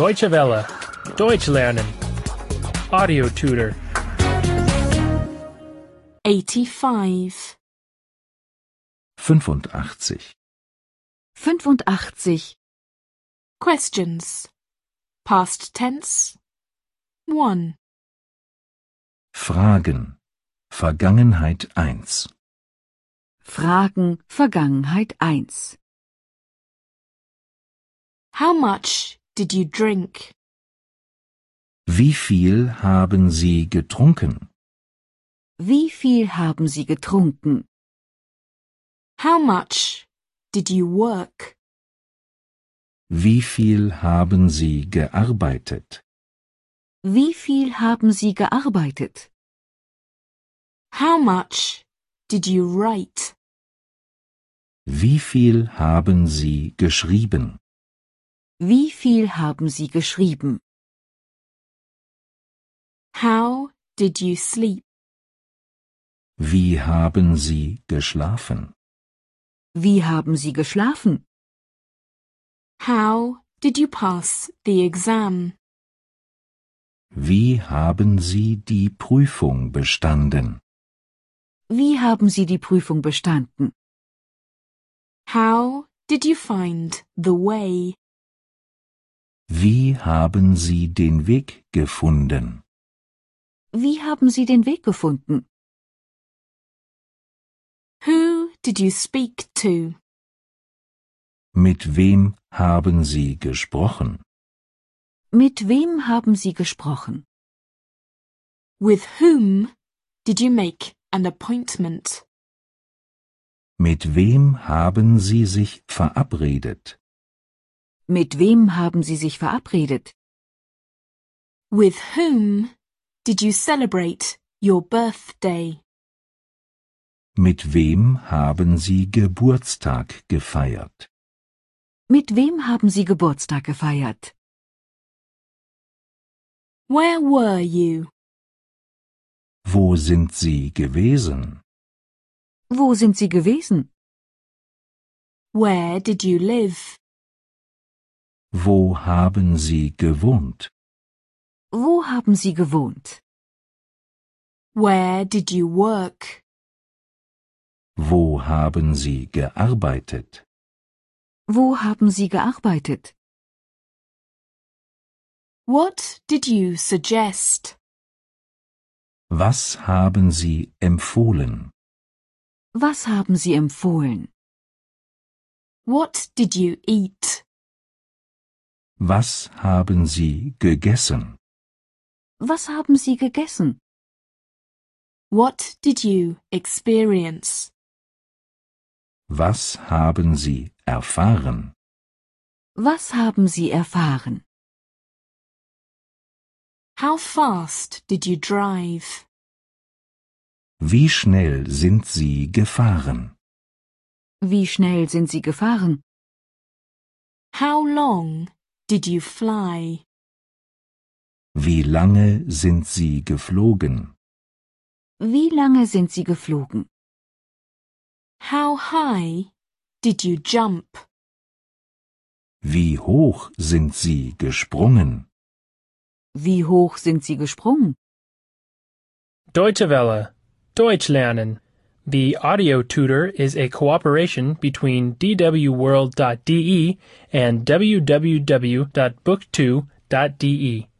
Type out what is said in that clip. Deutsche Welle. Deutsch lernen. Audio tutor. 85. 85. 85. Questions. Past tense. 1. Fragen. Vergangenheit 1. Fragen Vergangenheit 1. How much did you drink? Wie viel haben Sie getrunken? Wie viel haben Sie getrunken? How much did you work? Wie viel haben Sie gearbeitet? Wie viel haben Sie gearbeitet? How much did you write? Wie viel haben Sie geschrieben? Wie viel haben Sie geschrieben? How did you sleep? Wie haben Sie geschlafen? Wie haben Sie geschlafen? How did you pass the exam? Wie haben Sie die Prüfung bestanden? Wie haben Sie die Prüfung bestanden? How did you find the way? Wie haben Sie den Weg gefunden? Wie haben Sie den Weg gefunden? Who did you speak to? Mit wem haben Sie gesprochen? Mit wem haben Sie gesprochen? With whom did you make an appointment? Mit wem haben Sie sich verabredet? Mit wem haben Sie sich verabredet? With whom did you celebrate your birthday? Mit wem haben Sie Geburtstag gefeiert? Mit wem haben Sie Geburtstag gefeiert? Where were you? Wo sind Sie gewesen? Wo sind Sie gewesen? Where did you live? Wo haben Sie gewohnt? Wo haben Sie gewohnt? Where did you work? Wo haben Sie gearbeitet? Wo haben Sie gearbeitet? What did you suggest? Was haben Sie empfohlen? Was haben Sie empfohlen? What did you eat? Was haben Sie gegessen? Was haben Sie gegessen? What did you experience? Was haben Sie erfahren? Was haben Sie erfahren? How fast did you drive? Wie schnell sind Sie gefahren? Wie schnell sind Sie gefahren? How long did you fly? Wie lange sind Sie geflogen? Wie lange sind Sie geflogen? How high did you jump? Wie hoch sind Sie gesprungen? Wie hoch sind Sie gesprungen? Deutsche Welle. Deutsch lernen. The audio tutor is a cooperation between E dwworld.de and www.book2.de.